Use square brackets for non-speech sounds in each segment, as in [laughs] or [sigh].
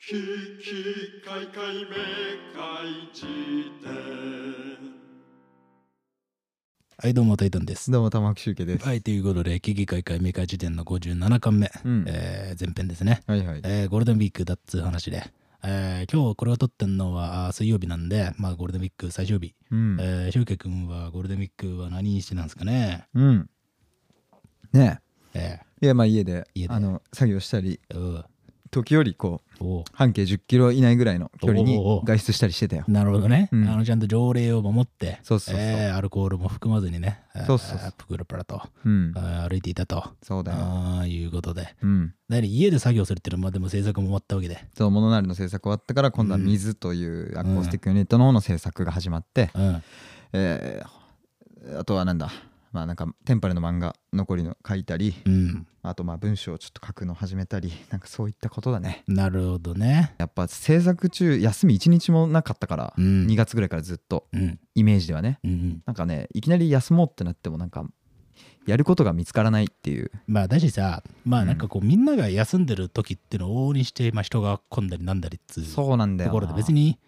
ききかいかいめかいじ典はい、どうも、タイタンです。どうも、玉木周家です。はい、ということで、危機開会メーカー辞典の57巻目、うんえー前編ですね、はいはい。えーゴールデンウィークだっつう話で、えー今日これを撮ってんのはあー水曜日なんで、まあ、ゴールデンウィーク最終日。うんえ。ー、周家くんはゴールデンウィークは何してなんですかねうん。ねええ。いや、まあ家で、家であの、作業したり、ー、う時折こーう、お半径10キロ以内ぐらいの距離におうおうおう外出したりしてたよー。なるほどね、うんあのちゃんと条例を守ってそうそうそうえーアルコールも含まずにね、えーそうそうそうプクルプラと、うん。あー歩いていたと、そうだよ。ああいうことでうん。だから家で作業するっていうのはまあでも制作も終わったわけで、そう、モノナールの制作終わったから、今度は水というアコースティックユニットの方の制作が始まって、うん、えーあとはなんだ、まあなんか、テンパレの漫画残りの書いたり、うん、あとまあ文章をちょっと書くの始めたり、なんかそういったことだね。なるほどね。やっぱ制作中、休み1日もなかったから、うん2月ぐらいからずっと。うん、イメージではねうんうん。なんかねいきなり休もうってなってもなんかやることが見つからないっていうまあだしさ、まあなんかこう、みんなが休んでる時っていうのを往々にして、まあ、人が混んだりなんだりっつうとそうなんだよなころで別、に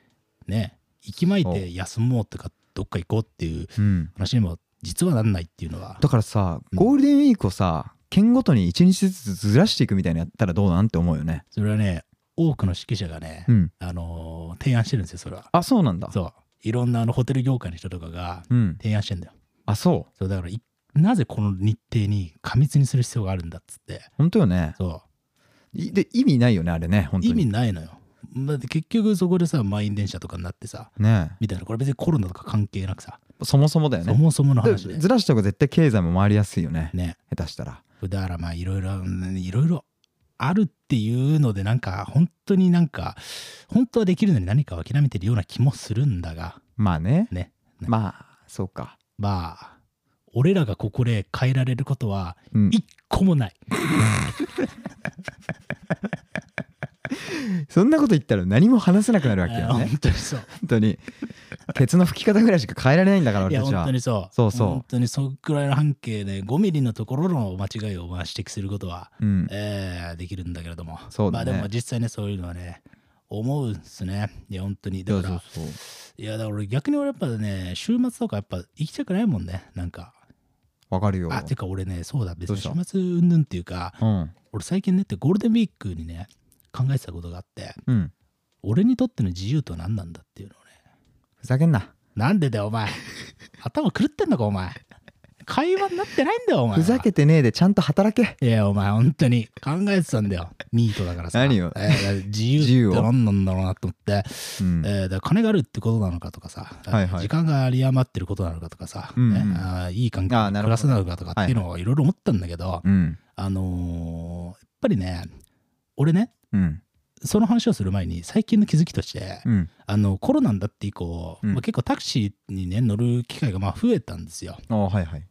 ね、息巻いて休もうとかどっか行こうっていううん、話にも実はなんないっていうのは。だからさうんゴールデンウィークをさ県ごとに1日ずつずらしていくみたいなのやったらどうなんって思うよねそれはね、多くの指揮者がね、うんあのー提案してるんですよ、それは。あそうなんだそう。いろんなあのホテル業界の人とかがうん提案してんだよ。あそうそうだからい、なぜこの日程に過密にする必要があるんだっつって。本当よねそう。いで意味ないよねあれね本当に意味ないのよ。だって結局そこでさ満員電車とかになってさねみたいなこれ別にコロナとか関係なくさ、えそもそもだよそねもそもの話ででずらした方が絶対経済も回りやすいよねね下手したらだからまあいろいろうんいろいろあるっていうのでなんか本当になんか本当はできるのに何かを諦めてるような気もするんだがまあねねねまあそうかまあ俺らがここで変えられることはうん一個もない、そんなこと言ったら何も話せなくなるわけよね本当に [laughs] そう本当にケツの吹き方ぐらいしか変えられないんだからい俺やたち本は当にそうそうそう本当にそんくらいの半径で5ミリのところの間違いをまあ指摘することはうん、えーできるんだけれども、そうまだあでねも実際ね、そういうのはね、思うんですね。いや、本当に。だから、そうそういや、だから俺逆に俺やっぱね、週末とかやっぱ行きたくないもんね、なんか。わかるよあ、てか俺ね、そうだ、別どうにし週た末うんぬんっていうか、うん俺最近ねってゴールデンウィークにね、考えてたことがあって、うん俺にとっての自由とは何なんだっていうのをね。ふざけんななんでだよ、お [laughs] 前。頭狂ってんのか、お前。会話になってないんだよ、お前は。ふざけてねえでちゃんと働けいや、お前、本当に考えてたんだよ。ニートだからさ。何をえー自自由由っをて何なんだろうなと思って、うんえーだから金があるってことなのかとかさ、はいはい時間が有り余ってることなのかとかさ、うんうんねあーいい環境あで暮ーなるほらどせなのかとかっていうのをいろいろ思ったんだけど、うんあのーやっぱりね、俺ね、うんその話をする前に最近の気づきとして、うんあのコロナになって以降、うんまあ、結構タクシーにね乗る機会がまあ増えたんですよ。あはいはい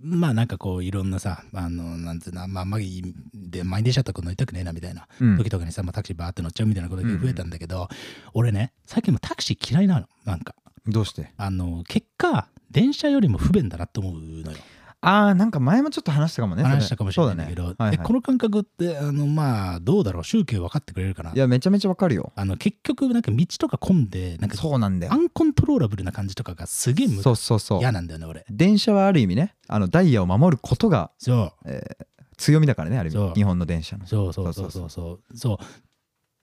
まあなんかこういろんなさあのなんつうのまあマギで満員電車とか乗りたくねえなみたいなうん時とかにさ、まあ、タクシーバーって乗っちゃうみたいなことが増えたんだけど、俺ね最近もタクシー嫌いなのなんかどうしてあの結果電車よりも不便だなと思うのよああなんか前もちょっと話したかもねそれ話したかもしれないんだけどそうだねはいではこの感覚ってあのまあどうだろう宗教分かってくれるかないいやめちゃめちゃわかるよあの結局なんか道とか混んでなんかそうなんだアよンコントローラブルな感じとかがすげえむそうそうそう嫌なんだよね俺電車はある意味ねあのダイヤを守ることがそう強みだからねある意そう味日本の電車のそうそうそうそうそうそう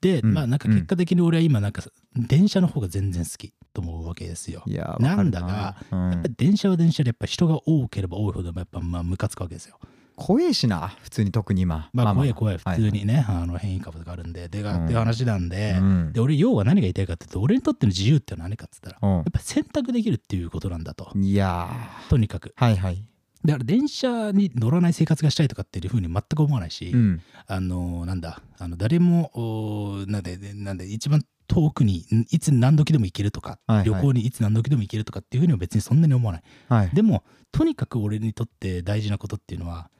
で、うんまあなんか結果的に俺は今なんか電車の方が全然好きと思うわけですよ、いやわかるなんだが、うやんっぱり電車は電車でやっぱ人が多ければ多いほどやっぱまあムカつくわけですよ怖えしな普通に特に今まあ怖いい怖い普通にね、あの変異株とかあるんででが、うんっていう話なんで、うんで俺要は何が言いたいかっていうと俺にとっての自由ってのは何かって言ったら、うやんっぱり選択できるっていうことなんだと、いやとにかくーはいはいだから電車に乗らない生活がしたいとかっていうふうに全く思わないし、うんあのなんだあの誰もおーなんででなんで一番遠くにんいつ何時でも行けるとか、はいはい旅行にいつ何時でも行けるとかっていうふうには別にそんなに思わないはいでもとにかく俺にとって大事なことっていうのは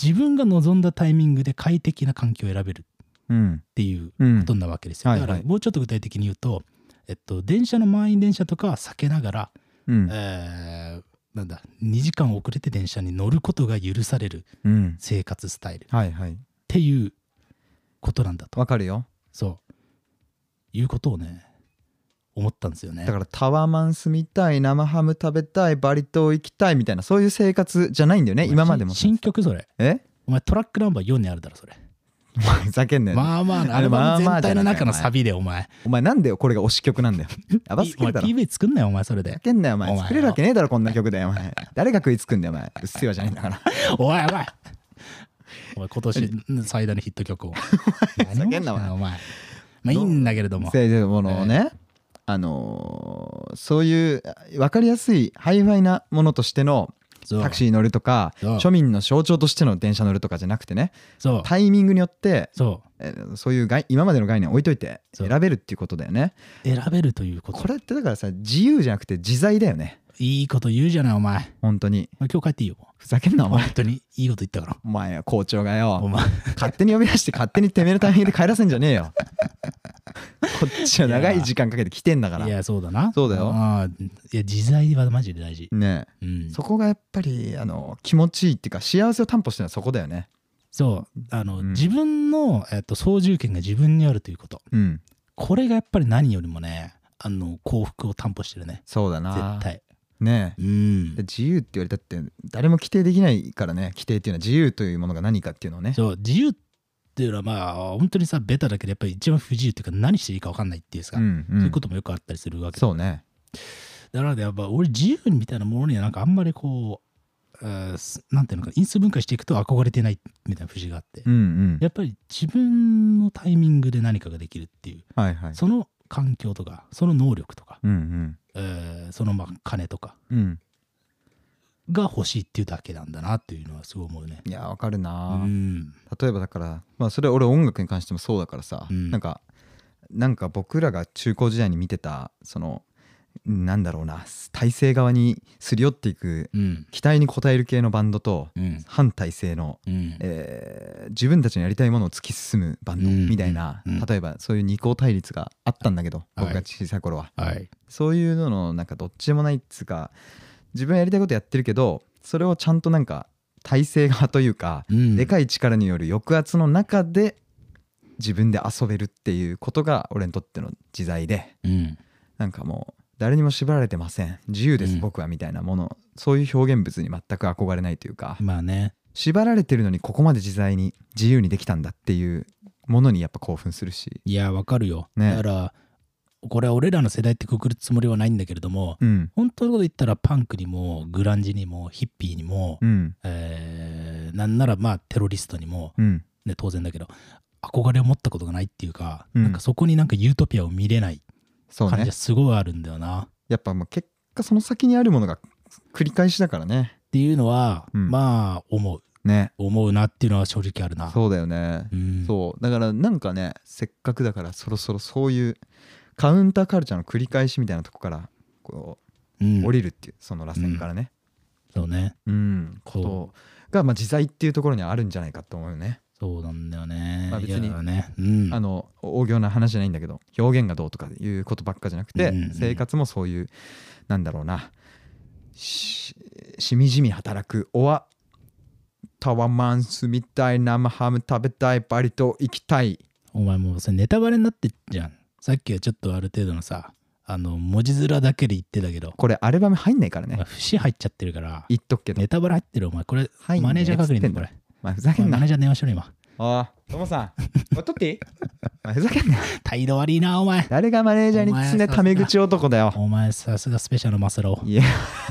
自分が望んだタイミングで快適な環境を選べるっうんていううこんとなわけですよ、はいはいだからもうちょっと具体的に言うと、えっと、電車の満員電車とかは避けながら、うんえーなんだ2時間遅れて電車に乗ることが許されるうん生活スタイルっはいはいていうことなんだとわかるよそう。いうことをね思ったんですよねだからタワマン住みたい生ハム食べたいバリ島行きたいみたいなそういう生活じゃないんだよねお前今までも新新曲それえ [laughs] お前トラックナンバー4にあるだろそれお前ふざけんなよ、まあまあなアあれルバムまあま全あじゃ体なのい中かのサビでお前お前なんでよこれが推し曲なんだよやばすおぎ前るだろふ PV 作んなよお前それざでけんなよお前お前作れるわけねえだろこんな曲でお前誰が食いつくんだよお前うっせぇわじゃないんだからおいおいお前今年最大のヒット曲を [laughs] ふざけんなお前何をお前まあいいんだけれどもせいでものをね、あのーそういう分かりやすいハイファイなものとしてのそうタクシー乗るとかそう庶民の象徴としての電車乗るとかじゃなくてねそうタイミングによってそうえーそういう概今までの概念を置いといてそう選べるっていうことだよね選べるということこれってだからさ自由じゃなくて自在だよねいいこと言うじゃないお前本当に今日帰っていいよふざけんなお本前当にいいこと言ったからお前校長がおよ前勝手に呼び出して勝手にてめえのタイミングで帰らせんじゃね [laughs] えよこっちは長い時間かけて来てんだからいねやそうだなそうだよあーいや自在はマジで大事えうんそこがやっぱりあの気持ちいいっていうか幸せを担保してるのはそこだよねそうあの、うん自分の、えっと操縦権が自分にあるということうんこれがやっぱり何よりもねあの幸福を担保してるねそうだな絶対ねえうんで自由って言われたって誰も規定できないからね規定っていうのは自由というものが何かっていうのを [laughs] ねそう自由っていうのはまあ本当にさベタだけどやっぱり一番不自由っていうか何していいか分かんないっていうさ、んそうういんうこともよくあったりするわけだそうねだからやっぱ俺自由みたいなものにはなんかあんまりこう、えーすなんていうのかな因数分解していくと憧れてないみたいな節があって、うんうんやっぱり自分のタイミングで何かができるっていうはいはいその環境とかその能力とか、うんえーそのまあ金とかうんうんが欲しいっていうだけなんだなっていうのはすごい思うね。いやわかるうな、ん、例えばだからまあそれ俺音楽に関してもそうだからさ、うんなんかなんか僕らが中高時代に見てたそのなんだろうな体制側にすり寄っていくうん、期待に応える系のバンドとうん、反体制の、うん、えー自分たちのやりたいものを突き進むバンドうんみたいな、うん例えばそういう二項対立があったんだけど、はい僕が小さい頃は、はい、そういうののなんかどっちでもないっつうか自分はやりたいことやってるけどそれをちゃんとなんか体制側というか、うん、でかい力による抑圧の中で自分で遊べるっていうことが俺にとっての自在でい、うん、なんかもう誰にも縛られてません自由です、うん僕はみたいなものそういう表現物に全く憧れないというかまあね、縛られてるのにここまで自在に自由にできたんだっていうものにやっぱ興奮するしいやわかるよ。ねだからこれは俺らの世代ってくくるつもりはないんだけれども、うん本当のこと言ったらパンクにもグランジにもヒッピーにも、うんえーなんならまあテロリストにも、うんね、当然だけど憧れを持ったことがないっていうか,、うんなんかそこになんかユートピアを見れないそう感じねはすごいあるんだよな。やっぱもう結果その先にあるものが繰り返しだからねっていうのは、うんまあ思うね思うなっていうのは正直あるな。そうだよねうんそうだからなんかねせっかくだからそろそろそういうカウンターカルチャーの繰り返しみたいなとこからこうんう降りるっていうその螺旋からねそうねうん、ことがまあ自在っていうところにはあるんじゃないかと思うよね、そうなんだよね。まあ別にいやね、うん、あの大行な話じゃないんだけど表現がどうとかいうことばっかじゃなくて、うんうん生活もそういうなんだろうなししみじみ働くおわタワマン住みたい生ハム食べたいバリ島行きたいお前もうそれネタバレになってっじゃん。さっきはちょっとある程度のさあの文字面だけで言ってたけど、これアルバム入んないからまあね節入っちゃってるから言っとくけどネタバレ入ってるお前これ、入んねえマネージャー確認っつってだんこだれ。まあ、ふざけんなマネージャーに電話しろ今。おい、ともさん、おい撮っていいおいふざけんな。態度悪いなお前。誰がマネージャーに常タメ口男だよ。お前さすがスペシャルマスロー。いや、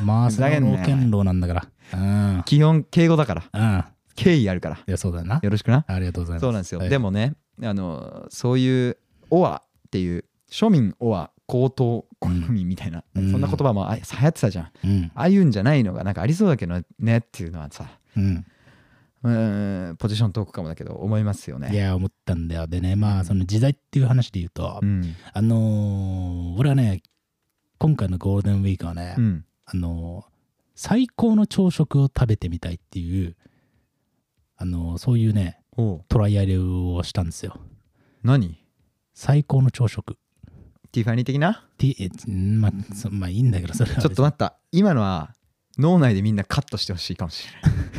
マスローのふざけんなよ剣道なんだから。うん。基本敬語だから、うん。敬意あるから、いやそうだよな。よろしくな。ありがとうございます。そうなんですよ。はいでもね、あの、そういう、オアっていう、庶民オア、高等好みみたいな、うんそんな言葉もあ流行ってたじゃん。あうん。あいうんじゃないのが、なんかありそうだけどねっていうのはさ、うん。うーん、ポジショントークかもだけど、思いますよいね。や、思ったんだよ。でね、まあ、その時代っていう話で言うと、うん。あのー俺はね、今回のゴールデンウィークはね、うん。あのー最高の朝食を食べてみたいっていう、あのーそういうね、おうトライアルをしたんですよ。何最高の朝食。ティファニー的なてえうんまあ、そまあいいんだけど、それは。ちょっと待った今のは脳内でみんなカットしてほしいかもしれない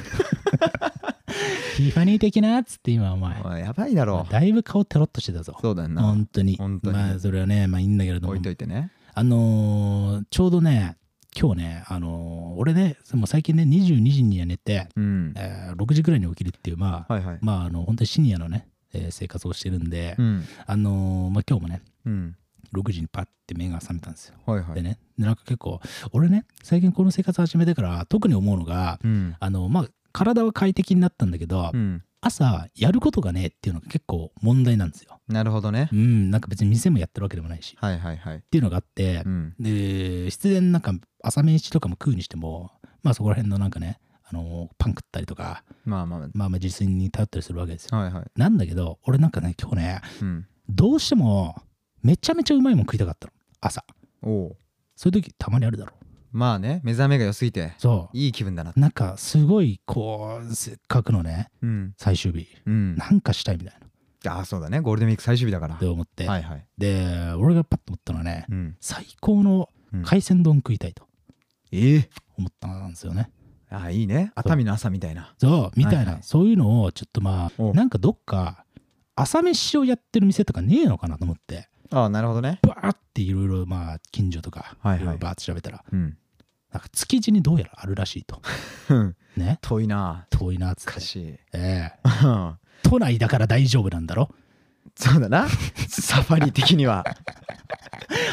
ティファニー的なっつって今お前おいやばいだろだいぶ顔テロッとしてたぞそうだよな本当に本当にまあそれはねまあいいんだけれども置いといてねあのーちょうどね今日ねあのー俺ねもう最近ね22時には寝て、うんえー6時ぐらいに起きるっていうまあ、はいはいまああの本当にシニアのね、えー生活をしてるんで、うんあのーまあ今日もねうん6時にパッて目が覚めたんですよはいはでいねでなんか結構俺ね最近この生活始めてから特に思うのがうんあのまあ体は快適になったんだけど、うん朝やることがねえっていうのが結構問題なんですよ。なるほどねうん、なんか別に店もやってるわけでもないしっはいはいはいていうのがあってう、んで必然なんか朝飯とかも食うにしてもまあそこら辺のなんかねあのパン食ったりとかまあままあまあ自炊に頼ったりするわけですよ。あはいはいなんだけど俺なんかね今日ねうんどうしてもめちゃめちゃうまいもん食いたかったの朝おおそういう時たまにあるだろまあね目覚めが良すぎてそいい気分だなうなんかすごいこうせっかくのねうん最終日うんなんかしたいみたいなああそうだねゴールデンウィーク最終日だからって思って、はいはいで俺がパッと思ったのはね、うん最高のうん海鮮丼食いたいとええ思ったんですよね。ああいいね熱海の朝みたいなそうみたいな、はいはいそういうのをちょっとまあおなんかどっか朝飯をやってる店とかねえのかなと思ってああなるほどねバーっていろいろまあ近所とか、はいはいろろバーって調べたらうんなんか築地にどうやらあるらしいとね遠いな遠いなっつっ難て、しいええうん都内だから大丈夫なんだろそうだな [laughs] サファリ的には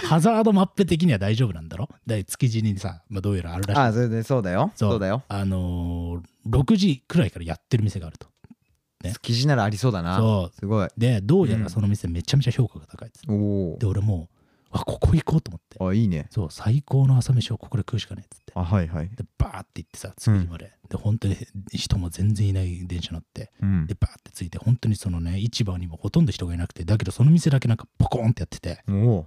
ハザードマップ的には大丈夫なんだろだから築地にさ、まあ、どうやらあるらしいああそれでそうだよそうそうだよあのー、6時くらいからやってる店があるとね記事ならありそうだなそうすごいでどうやらその店めちゃめちゃ評価が高いっつっておおで俺もうあここ行こうと思ってあいいねそう最高の朝飯をここで食うしかないっつってあはいはいでバーって行ってさ築地まで、で本当に人も全然いない電車乗ってうんでバーって着いて本当にそのね市場にもほとんど人がいなくてだけどその店だけなんかポコーンってやっててお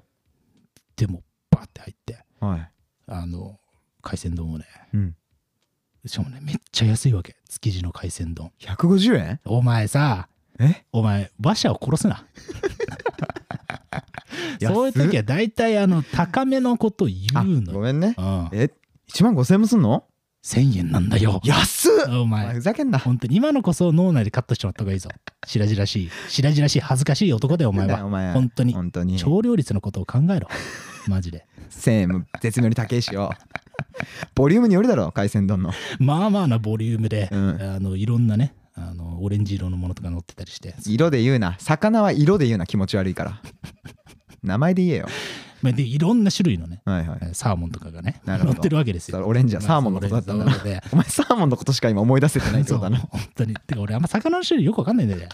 でもバーって入っておはいあの海鮮丼をねうんしかもねめっちゃ安いわけ築地の海鮮丼150円お前さえお前馬車を殺す [laughs] なそういう時は大体あの高めのことを言あうごのめんねうん、え1万5000円もすんの1000円なんだよ安っおお前前ふざけんな本当に今のこそ脳内でカットしてもらった方がいいぞ白々しい白々しい恥ずかしい男だよお前なんだよはお前本当に本当に超料率のことを考えろマジで1000円も絶妙に高いしよボリュームによるだろ海鮮丼のまあまあなボリュームで、うんあのいろんなねあのオレンジ色のものとか乗ってたりして、色で言うな魚は色で言うな気持ち悪いから名前で言えよまあ、でいろんな種類のねはいはいサーモンとかがねなるほ乗どってるわけですそれよオレンジはサーモンのことだったんだなそうオレンジなのでお前サーモンのことしか今思い出せてないってそこうとだな本当にてか俺あんま魚の種類よくわかんないんだよね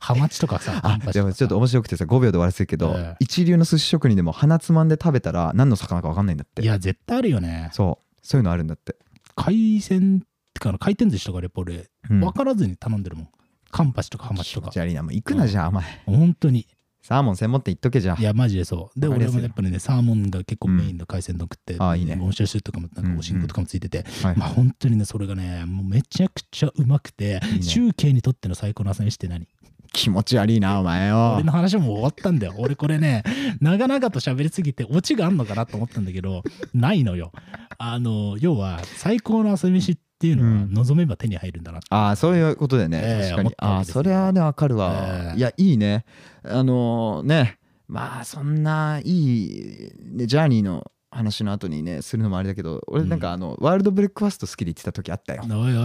ハマチとかさあでもちょっと面白くてさ5秒で終わらせるけど、ええ一流の寿司職人でも鼻つまんで食べたら何の魚か分かんないんだっていや絶対あるよねそうそういうのあるんだって、海鮮ってかあの回転寿司とかでやっぱ俺うん、分からずに頼んでるもんカンパチとかハマチとかじゃありなもう行くなじゃあお前本当にサーモン専門店行っとけじゃあいやマジでそうでわか俺りやすいもやっぱりねサーモンが結構メインの海鮮丼食って、んあいいねおしゃスープとかもなんかおしんことかもついてて、はいまあ本当にねそれがねもうめちゃくちゃうまくていいね中継にとっての最高の朝飯って何気持ち悪いなお前よ俺の話もう終わったんだよ俺これね長々と喋りすぎてオチがあんのかなと思ったんだけどないのよあの要は最高の朝飯っていうのうはん望めば手に入るんだな、ああそういうことだよね、ええ確か思っにたわけああですよそれはねわかるわえ、えいやいいねあのねまあそんないい、ね、ジャーニーの話の後にねするのもあれだけど俺なんかあの、ワールドブレックファスト好きで言ってた時あったよおいおいおい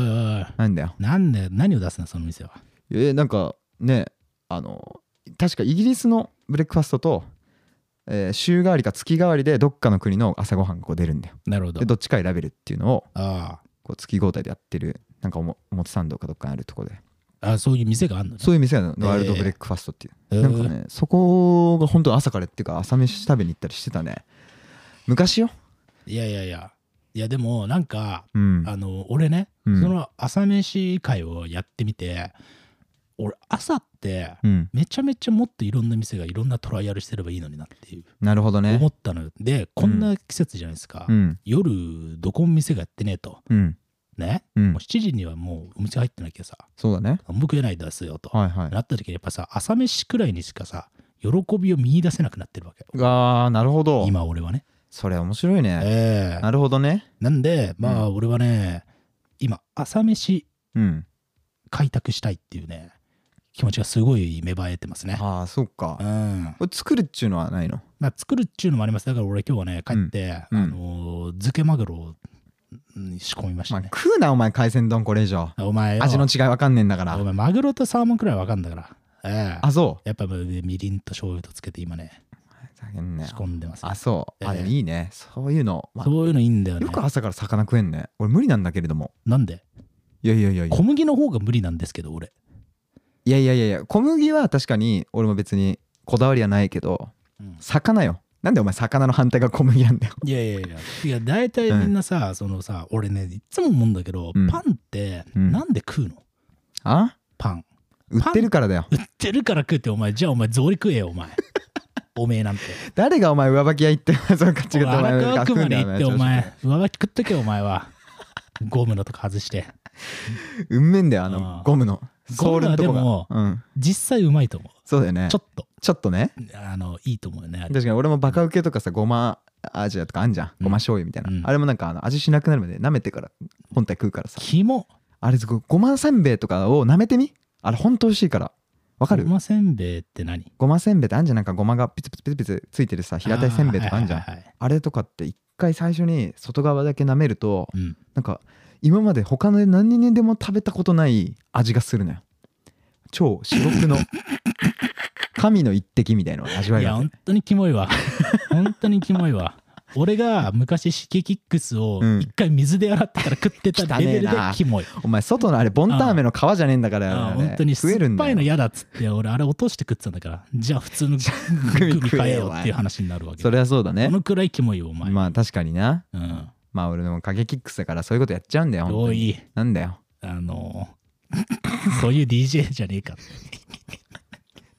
なんだよなんだよ何を出すのその店はえーなんかねあの確かイギリスのブレックファストと、えー週替わりか月替わりでどっかの国の朝ごはんがこう出るんだよなるほどでどっちか選べるっていうのをあこう月交代でやってるなんかおも表参道かどっかにあるとこでああそういう店があるのねそういう店なの、えーワールドブレックファストっていう、えーなんかねそこが本当朝からっていうか朝飯食べに行ったりしてたね昔よいやいやいやいやでもなんかうんあの俺ね、うんその朝飯会をやってみて俺朝ってうんめちゃめちゃもっといろんな店がいろんなトライアルしてればいいのになっていうなるほどね思ったのよでこんな季節じゃないですか、うん夜どこも店がやってねえとうんね、うんもう7時にはもうお店入ってなきゃさそうだね僕食えないですよと、はいはいなった時にやっぱさ朝飯くらいにしかさ喜びを見出せなくなってるわけあーなるほど今俺はねそれ面白いねええなるほどねなんでまあ俺はね、今朝飯うん開拓したいっていうね気持ちがすごい芽生えてますね。ああそうかう、ん、これ作るっちゅうのはないのまあ作るっちゅうのもありますだから俺今日はね帰って、うんうんあのー漬けマグロをうん仕込みましまたね。あ、食うなお前海鮮丼これ以上お前よ味の違いわかんねえんだからお前マグロとサーモンくらいわかんだから。ええあそやっぱもうみりんと醤油とつけて今ねうふざけんなよ仕込んでます。あそうえあえでもいいねそういうの、まあそういうのいいんだよねよ。く朝から魚食えんね俺無理なんだけれどもなんでいやいやいやいや小麦の方が無理なんですけど俺。いやいやいやいや小麦は確かに俺も別にこだわりはないけどうん魚よなんでお前魚の反対が小麦なんだよいやいやいやいや大体みんなさ、そのさ俺ねいつも思うんだけど、うんパンってうんなんで食うの、あパン売ってるからだよ売ってるから食うってお前じゃあお前草履食えよ [laughs] お前おめえなんて誰がお前上履き屋行って [laughs] その勝ちお前方お前荒川区学まんだでよ行ってお前上履き食っとけよお前はゴムのとこ外してうんめんだよああのーゴムのゴソームルはのでとこもがうん実際うまいと思うそうだよねちょっとちょっとねあのいいと思うよねあれ確かに俺もバカウケとかさごまアジアとかあんじゃんうんごま醤油みたいな、うんあれもなんかあの味しなくなるまで舐めてから本体食うからさ肝あれすごいごませんべいとかを舐めてみあれほんと美味しいからわかるごませんべいって何ごませんべいってあんじゃんなんかごまがピツピツピツピツついてるさ平たいせんべいとかあんじゃんはあいはいはいはいれとかって一回最初に外側だけ舐めるとうんなんか今まで他の何にでも食べたことない味がするのよ超至 [laughs] 極の神の一滴みたいな味わいいやが本当にキモい [laughs] わ本当にキモいわ俺が昔シケキックスをうん一回水で洗ってから食ってたレベルで汚ねえなキモい、お前外のあれボンタン飴の皮じゃねえんだからあよああれ本当に食える酸んっぱだいのよ嫌だっつって俺あれ落として食ってたんだからじゃあ普 [laughs] 通のグミ食えよっていう話になるわけそれはそうだねこのくらいキモいよお前、まあ確かになうんまあ俺の影キックスだからそういうことやっちゃうんだよ本お当にいなんだよあの [laughs] そういう DJ じゃねえか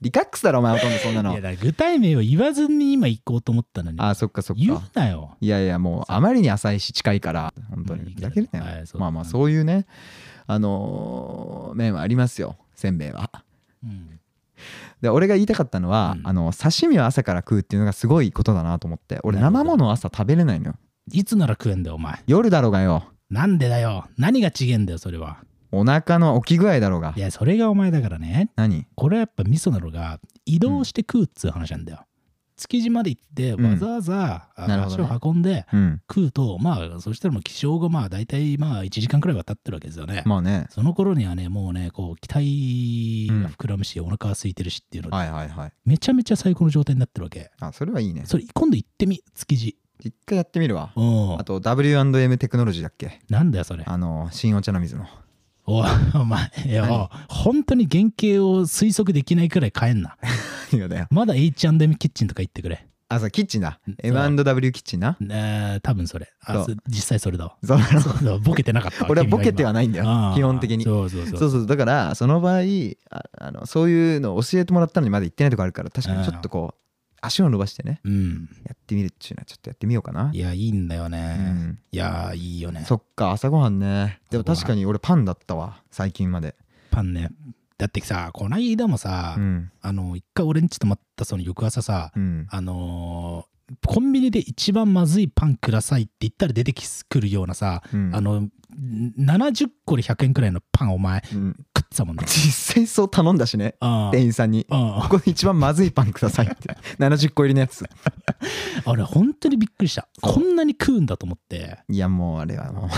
リカックスだろお前ほとんどそんないやのだから具体名を言わずに今行こうと思ったのにあそっかそっ言うかなよいやいやもうあまりに浅いし近いから本当まあいにいふけどざけるなよ、はいそうまあまあそういうねあのー、面はありますよせんべいはうんで俺が言いたかったのは、うんあの刺身は朝から食うっていうのがすごいことだなと思って俺なるほど生もの朝食べれないのよいつなら食えんだよお前夜だろうがよなんでだよ何が違えんだよそれはお腹の起き具合だろうがいやそれがお前だからね何これはやっぱ味噌なのが移動して食うっつう話なんだよ、築地まで行ってうんわざわざ、あなるほ足どねを運んでうん食うとまあそしたらもう起床後まあ大体まあ1時間くらいは経ってるわけですよね、まあねその頃にはねもうねこう期待が膨らむし、お腹は空いてるしっていうので、はいはいはいめちゃめちゃ最高の状態になってるわけあそれはいいねそれ今度行ってみ築地一回やってみるわうんあと W&M テクノロジーだっけなんだよそれあの新お茶の水の [laughs] おいお前よ本当に原型を推測できないくらい変えんな何がだよまだ H&M キッチンとか行ってくれあそうキッチンだうん M&W キッチンなえー、多分それあそそ実際それだわそうなのそうだわボケてなかったわ俺はボケてはないんだ君が今あーよ基本的にそうそうそうそうそうだからその場合ああのそういうのを教えてもらったのにまだ行ってないとこあるから確かにちょっとこう足を伸ばしてねうんやってみるっちゅうのはちょっとやってみようかないやいいんだようね、んいやーいいよねそっか朝ごはんねでも朝ごはん確かに俺パンだったわ最近までパンねだってさこないだもさ、うんあの一回俺んち泊まったその翌朝さ、うんあのーコンビニで一番まずいパンくださいって言ったら出てきすくるようなさ、うんあのん70個で100円くらいのパンお前うん食ってたもんね実際そう頼んだしねあ店員さんにあここで一番まずいパンくださいって [laughs] 70個入りのやつあれ本当にびっくりしたそうこんなに食うんだと思っていやもう [laughs] あれはも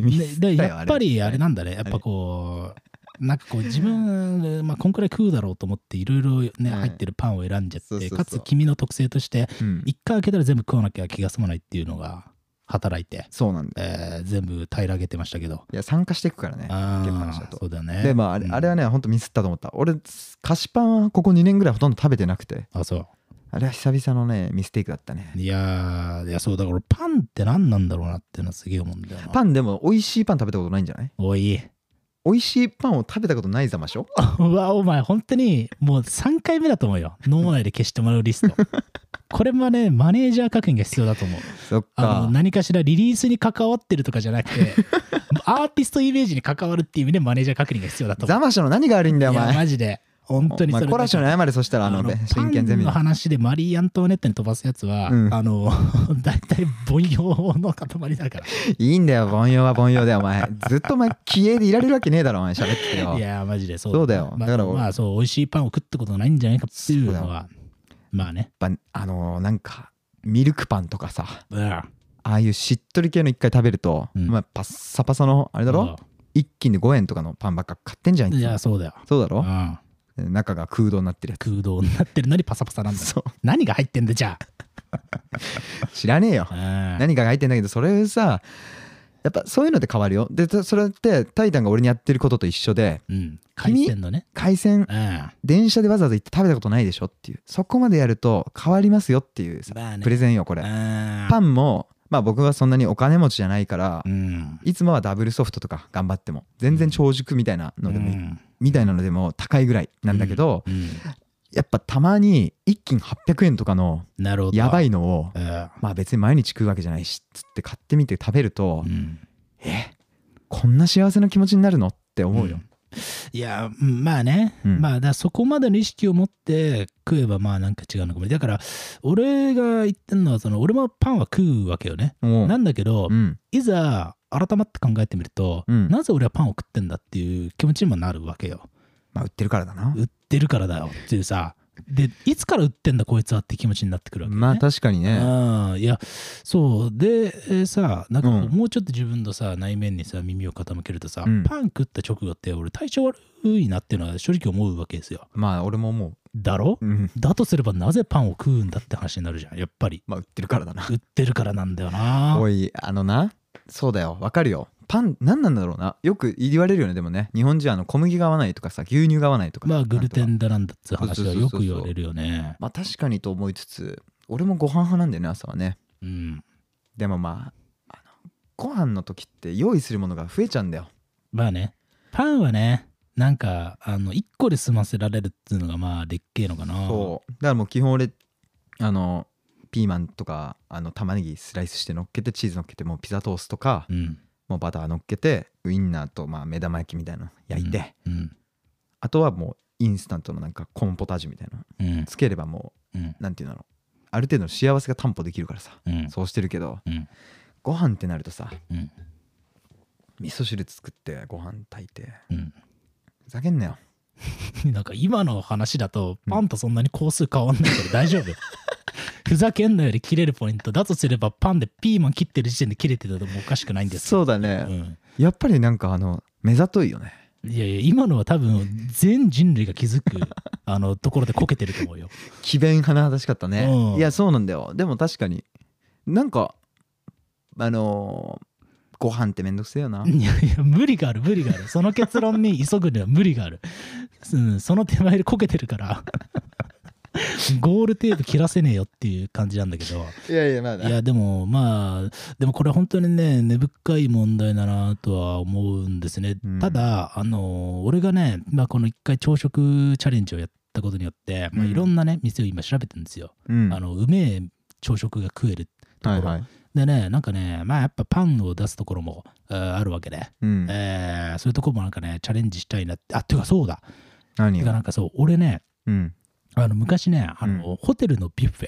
うミねスだでよやっぱりあれなんんだねやっぱこうなんかこう自分、まあ、こんくらい食うだろうと思っていろいろねうん入ってるパンを選んじゃってそうそうそうかつ君の特性としてうん一回開けたら全部食わなきゃ気が済まないっていうのが働いて、そうなんだよえー全部平らげてましたけどいや参加していくからね結構話あだあとそうだよねでまああれ,、うんあれはねほんとミスったと思った俺菓子パンはここ2年ぐらいほとんど食べてなくてあそあれは久々のねミステイクだったねういやーいやそうだから俺パンって何なんだろうなっていうのはすげえ思うんだよなパンでも美味しいパン食べたことないんじゃないおい [laughs] 美味しいパンを食べたことないざましょうわお前本当にもう3回目だと思うよ脳内で消してもらうリス [laughs] トこれもねマネージャー確認が必要だと思うそっあのか何かしらリリースに関わってるとかじゃな [laughs] くてアーティストイメージに関わるっていう意味でマネージャー確認が必要だと思ざましょの何が悪いんだうよおいや前マジで本当にまそれだあ、けコラショの謝れそしたらあのべ真剣ゼパンのミの話でマリー・アントワネットに飛ばすやつは、うんあの [laughs] 大体凡庸の塊だかいいんだよ凡庸は凡庸だよお前ずっとお前気鋭でいられるわけねえだろお前喋っててらよいやーマジでそうそうだよまだからまあそう美味しいパンを食ったことないんじゃないかっていうのはまあねやっぱあのーなんかミルクパンとかさうんああいうしっとり系の一回食べると、うんまあ、パッサパサのあれだろ、一斤で5円とかのパンばっか買ってんじゃんうんいついもやそうだよ、そうだろうん、中が空洞になってるや空洞になってるのにパサパサなんだつそう何が入ってんだじゃ知らねえよあ、うん何かが入ってんだけどそれさやっぱそういうので変わるよでたそれってタイタンが俺にやってることと一緒でうん、海鮮のね、海鮮うん、ま電車でわざわざ行って食べたことないでしょっていうそこまでやると変わりますよっていうさあねプレゼンよこれパパンンもまあ僕はそんなにお金持ちじゃないからうんいつもはダブルソフトとか頑張っても全然長熟みたいなのでもいいうんみたいなのでも高いぐらいなんだけど、うんやっぱたまに一斤800円とかのなるほどやばい、いのをうんまあ別に毎日食うわけじゃないしつって買ってみて食べると、うんえこんな幸せな気持ちになるのって思うよ、いやうんまあね、うんまあだからそこまでの意識を持って食えばまあなんか違うのかもだから俺が言ってるのはその俺もパンは食うわけよね、もうなんだけど、うんいざ改まって考えてみると、うんなぜ俺はパンを食ってんだっていう気持ちにもなるわけよまあ売ってるからだな、売ってるからだよっていうさでいつから売ってんだこいつはって気持ちになってくるわけよね、まあ確かにねうんいやそうで、えーさなんかこううんもうちょっと自分のさ内面にさ耳を傾けるとさ、うんパン食った直後って俺体調悪いなっていうのは正直思うわけですよまあ俺も思だろ、う、うん、だとすればなぜパンを食うんだって話になるじゃんやっぱりまあ売ってるからだな売ってるからなんだよなおいあのなそうだよわかるよパン何なんだろうなよく言われるよねでもね日本人はあの小麦が合わないとかさ牛乳が合わないとかまあグルテなんとかンだなんだっつう話はそうそようそうくそう言われるよねまあ確かにと思いつつ俺もご飯派なんだよね朝はねうんでもまああのご飯の時って用意するものが増えちゃうんだよまあねパンはねなんかあの1個で済ませられるっていうのがまあでっけえのかなそうだからもう基本俺あのピーマンとかあの玉ねぎスライスして乗っけてチーズ乗っけてもうピザトーストか、うんもうバター乗っけてウインナーとまあ目玉焼きみたいなの焼いて、うんあとはもうインスタントのなんかコーンポタージュみたいなのうんつければもうんうなんていうのある程度の幸せが担保できるからさ、うんそうしてるけどうんご飯ってなるとさうん味噌汁作ってご飯炊いてうんふざけんなよなんか今の話だとうんパンとそんなに工数変わんないけど大丈夫ふざけんなより切れるポイントだとすればパンでピーマン切ってる時点で切れてたともおかしくないんですそうだうね、ん、やっぱりなんかあの目ざといよねいやいや今のは多分全人類が気づくあのところでこけてると思うよ詭弁派な話かったね、うんいやそうなんだよでも確かになんかあのーご飯ってめんどくせえよない [laughs] やいや無理がある無理があるその結論に急ぐには無理がある、うん、その手前でこけてるから [laughs] ゴールテープ切らせねえよっていう感じなんだけどいやいやまいやでもまあでもこれ本当にね根深い問題だなとは思うんですね、うんただあの俺がね、まあ、この一回朝食チャレンジをやったことによって、まあ、うんいろんなね店を今調べてるんですよ、うんあのうめえ朝食が食えるところ、はいはいでねなんかねまあやっぱパンを出すところもああるわけで、うんえーそういうところもなんかねチャレンジしたいなってあていうかそうだ何てかよなんかそう俺ねうんあの昔ねあの、ホテルのビュッフ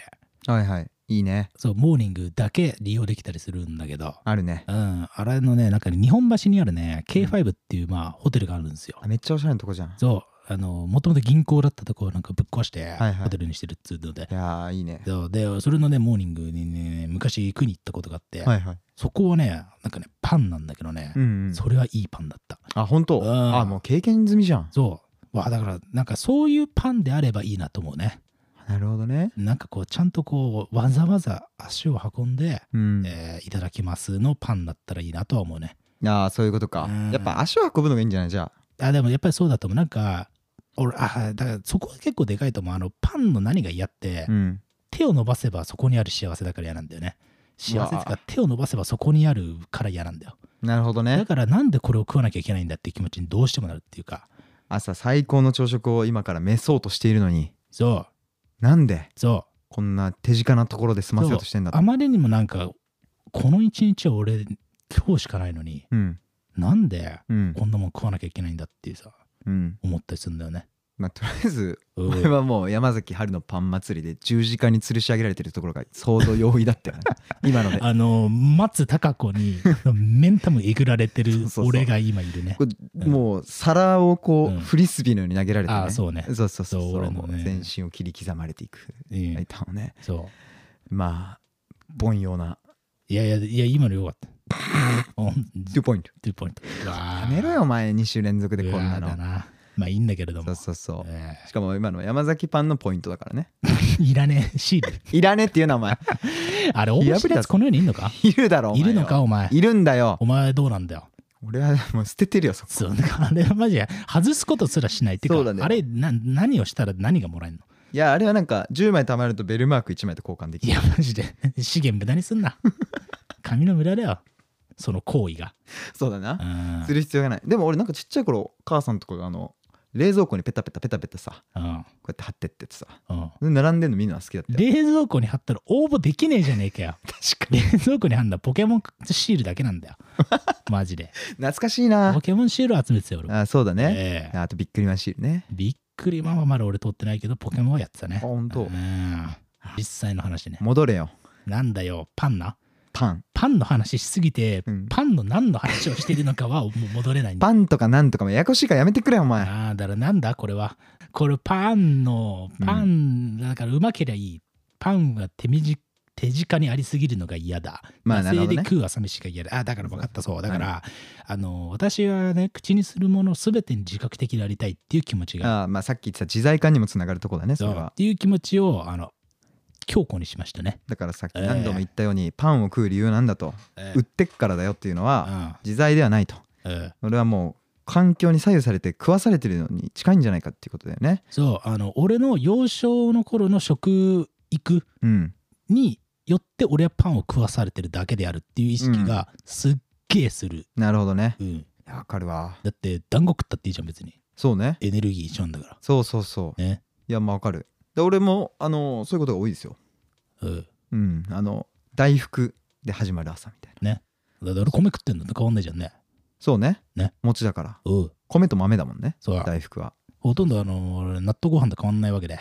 ェはいはいいいねそうモーニングだけ利用できたりするんだけどあるねうん、あれのね、中に日本橋にあるね、K5 っていう、まあ、ホテルがあるんですよあ。めっちゃおしゃれなとこじゃんいそう、あの、もともと銀行だったとこをなんかぶっ壊して、はいはいホテルにしてるっつうので、やーいいねそうで、それのね、モーニングにね、昔食いに行ったことがあって、はいはいそこはね、なんかね、パンなんだけどね、うん、うん、それはいいパンだった。あ本当うんあもう経験済みじゃんそう、わだから、なんかそういうパンであればいいなと思うね。なるほどねなんかこう、ちゃんとこう、わざわざ足を運んで、うん、えーいただきますのパンだったらいいなとは思うね。あーそういうことかうんやっぱ足を運ぶのがいいんじゃないじゃああでもやっぱりそうだと思うなんか俺あだからそこは結構でかいと思うあのパンの何が嫌って、うん手を伸ばせばそこにある幸せだから嫌なんだよね幸せっていううかわ手を伸ばせばそこにあるから嫌なんだよなるほどねだからなんでこれを食わなきゃいけないんだっていう気持ちにどうしてもなるっていうか朝最高の朝食を今から召そうとしているのにそうなんでそこんな手近なところで済うませそよううとしてんだとあまりにもなんかこの一日は俺今日しかないのにうんなんでうんこんなもん食わなきゃいけないんだっていうさうん思ったりするんだよねまあ、とりあえずうん俺はもう山崎春のパン祭りで十字架に吊るし上げられてるところが相当容易 [laughs] だったよね今のであの松たか子に [laughs] メンタムえぐられてるそうそうそう俺が今いるねこれもう皿をこう、うんフリスビーのように投げられて、ねあーそうねそうそうそうそうそれ俺ももね全身を切り刻まれていくうんライターをねそまあ凡庸なういやいやいや今のよかった [laughs] うん2ポイント2ポイントややめろよお前2週連続でこんなのだなまあいいんだけれどそもうそうそう、えしかも今の山崎パンのポイントだからねえいらねえシールいらねえっていうのはお前あれ応募したやつこの世にいんのかいるだろお前いよるのかお前いるんだよお前どうなんだよ俺はもう捨ててるよそこそうなんかあれはマジで外すことすらしないっていそううだかねあれな何をしたら何がもらえるのいやあれはなんか10枚貯まるとベルマーク1枚と交換できいるやマジで資源無駄にすんな紙の無駄だよその行為が [laughs] そうだうな、んする必要がないでも俺なんかちっちゃい頃母さんとかがあの冷蔵庫にペタペタペタペタさうんこうやって貼ってってってさうんで並んでんの見るのは好きだったよ冷蔵庫に貼ったら応募できねえじゃねえかよ確か冷蔵庫に貼んだポケモンシールだけなんだよマジでに懐かしいなポケモンシール集めてたよ俺もあそうだね、ええあとびっくりマンシールねびっくりマンはまだ俺通ってないけどポケモンはやってたねあほんとうん実際の話ね戻れよなんだよパンなパンパンの話しすぎて、うんパンの何の話をしているのかはもう戻れないんだパンとかなんとかもややこしいからやめてくれお前ああだからなんだこれはこれパンのパン、だからうまけりゃいいパンは手みじ手近にありすぎるのが嫌だまあなるほど惰性ねで食う朝飯が嫌だあーだから分かったそうだから、あの私はね口にするもの全てに自覚的でありたいっていう気持ちがああまあさっき言ってた自在感にもつながるとこだねそそれうっはていう気持ちをあの強固にしましたね、だからさっきええ何度も言ったようにパンを食う理由なんだとえ売ってっからだよっていうのーは自在ではないとうんうん俺はもう環境に左右されて食わされてるのに近いんじゃないかっていうことだよねそうあの俺の幼少の頃の食育うんによって俺はパンを食わされてるだけであるっていう意識がすっげえする、なるほどねうんいやわかるわだって団子食ったっていいじゃん別にそうねエネルギー一緒なんだかそうそうそうらねいやまあわかるで俺もあのそういうことが多いですようんうんあの大福で始まる朝みたいなだって俺米食ってんのと変わんないじゃんねそうねね餅だからうん米と豆だもんねそう大福はほとんどあの俺納豆ご飯と変わんないわけで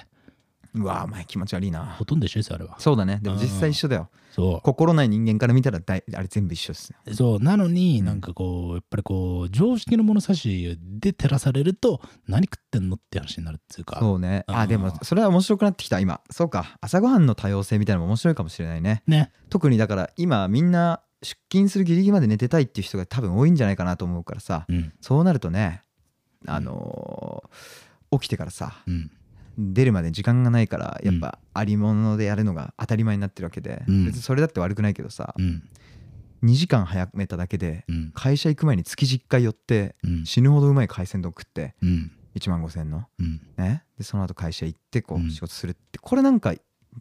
うわお前気持ち悪いなほとんど一緒ですよあれはそうだねでも実際一緒だよそ心ない人間から見たら大あれ全部一緒ですようそうなのにうんなんかこうやっぱりこう常識の物差しで照らされると何食ってんのって話になるっていうかそうねあうんでもそれは面白くなってきた今そうか朝ごはんの多様性みたいなのも面白いかもしれないねね特にだから今みんな出勤するギリギリまで寝てたいっていう人が多分多いんじゃないかなと思うからさうんそうなるとねあのー起きてからさうん出るまで時間がないからやっぱありものでやるのが当たり前になってるわけで、うん別にそれだって悪くないけどさうん2時間早めただけでうん会社行く前に月10回寄ってうん死ぬほどうまい海鮮丼食ってうん1万5,000のうんねでその後会社行ってこうんう仕事するってこれなんか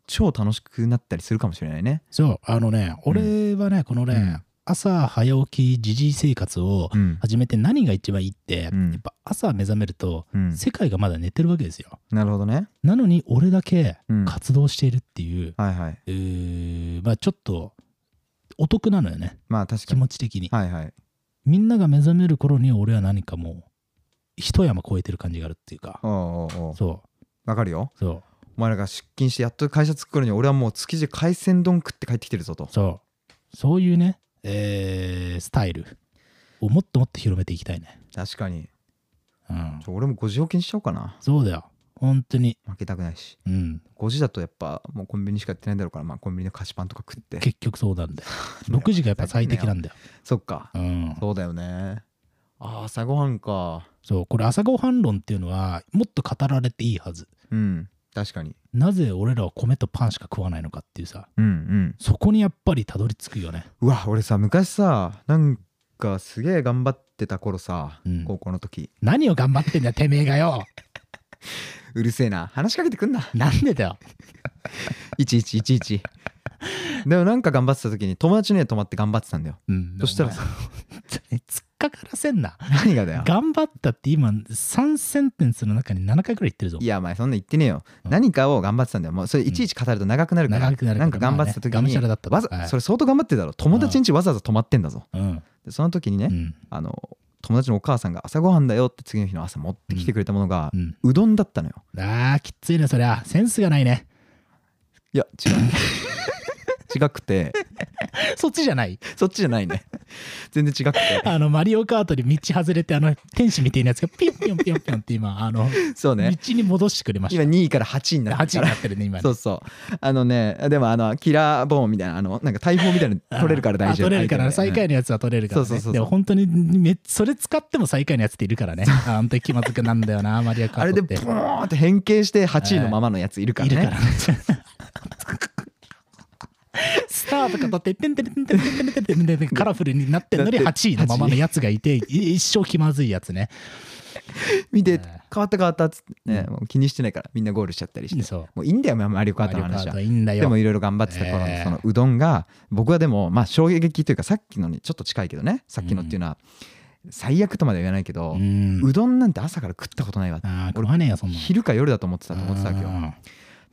超楽しくなったりするかもしれないね。そうあのね俺はねこのね、うん朝早起き時事生活をうん始めて何が一番いいって、うんやっぱ朝目覚めるとうん、世界がまだ寝てるわけですよ。なるほどね。なのに俺だけうん、活動しているっていう、はいはいうーまあちょっとお得なのよねまあ確か気に。持ち的に、はいはい。みんなが目覚める頃に俺は何かもう一山越えてる感じがあるっていうか、おうおうおうそわかるよ。うそうお前らが出勤してやっと会社着く頃に俺はもう築地海鮮丼食って帰ってきてるぞと。そうそういうね、えースタイルをもっともっと広めていきたいね。確かに。うんちょ俺も5時起きにしちゃおうかな。そうだよ。本当に。負けたくないし。うん。 5時だとやっぱもうコンビニしかやってないんだろうから、まあ、コンビニの菓子パンとか食っ [laughs] て。結局そうなんだよ。6時がやっぱ最適なんだ [laughs] よ。そっか。うん。そうだよね。あー朝ごはんか。そう、これ朝ごはん論っていうのは、もっと語られていいはず。うん。確かに。なぜ俺らは米とパンしか食わないのかっていうさ、うんうん。そこにやっぱりたどり着くよね。うわ俺さ昔さなんかすげえ頑張ってた頃さ、うん高校の時何を頑張ってんだよ、てめえが [laughs] よ。うるせえな話しかけてくんななんでだよ。いちいちいちいちでもなんか頑張ってた時に友達の家泊まって頑張ってたんだようん。そしたらさお前、本当に突っかからせんな。何がだよ頑張ったって今、3センテンスの中に7回くらい言ってるぞい。やお前そんな言ってねえよ、うん何かを頑張ってたんだよもうそれいちいち語ると長くなるから、長くなるからんか頑張ってた時まあねがむに、しゃらだったとわざはいそれ相当頑張ってたろ友達ん家わざわざ泊まってんだぞうん。でその時にね、うん。あの友達のお母さんが朝ごはんだよって次の日の朝持ってきてくれたものが、うん。うどんだったのよあー、きついね、そりゃ。センスがないね。いや違う [laughs] 違くてそっちじゃない。そっちじゃな [laughs] いね全然違くてあの、マリオカートで道外れて、あの、天使みたいなやつがピョンピョンピョンピョンって今、あの、そうね道に戻してくれまし今た。 2位から8位になって8にるかならってるね、今ね。そうそうあのねでもあのキラーボーンみたいなあのなんか大砲みたいなの取れるから大あ丈夫取れるから、相手最が下位のやつは取れるから、ね。そうそうそうそうでも本当にめ、それ使っても最下位のやつっているからね。あんた気まずくなんだよな、マリオカあれーでトブって。ーンって変形して8位のままのやついるからいるからねね。スターとかとって、てんてんてんてんてんてんてんてんてんてんカラフルになってんのにだって8位のままのやつがいて、い一生気まずいやつね。見てね変わった変わったっつってねもう気にしてないからみんなゴールしちゃったりしてそう。もういいんだよマリオカートの話はマリオカートいいんだよ。でもいろいろ頑張ってた頃ええのそのうどんが僕はでもまあ衝撃というかさっきのにちょっと近いけどねさっきのっていうのは最悪とまでは言わないけどうんうどんなんて朝から食ったことないわああ、食わねえよ、そんなの。昼か夜だと思ってたと思ってたわけよあ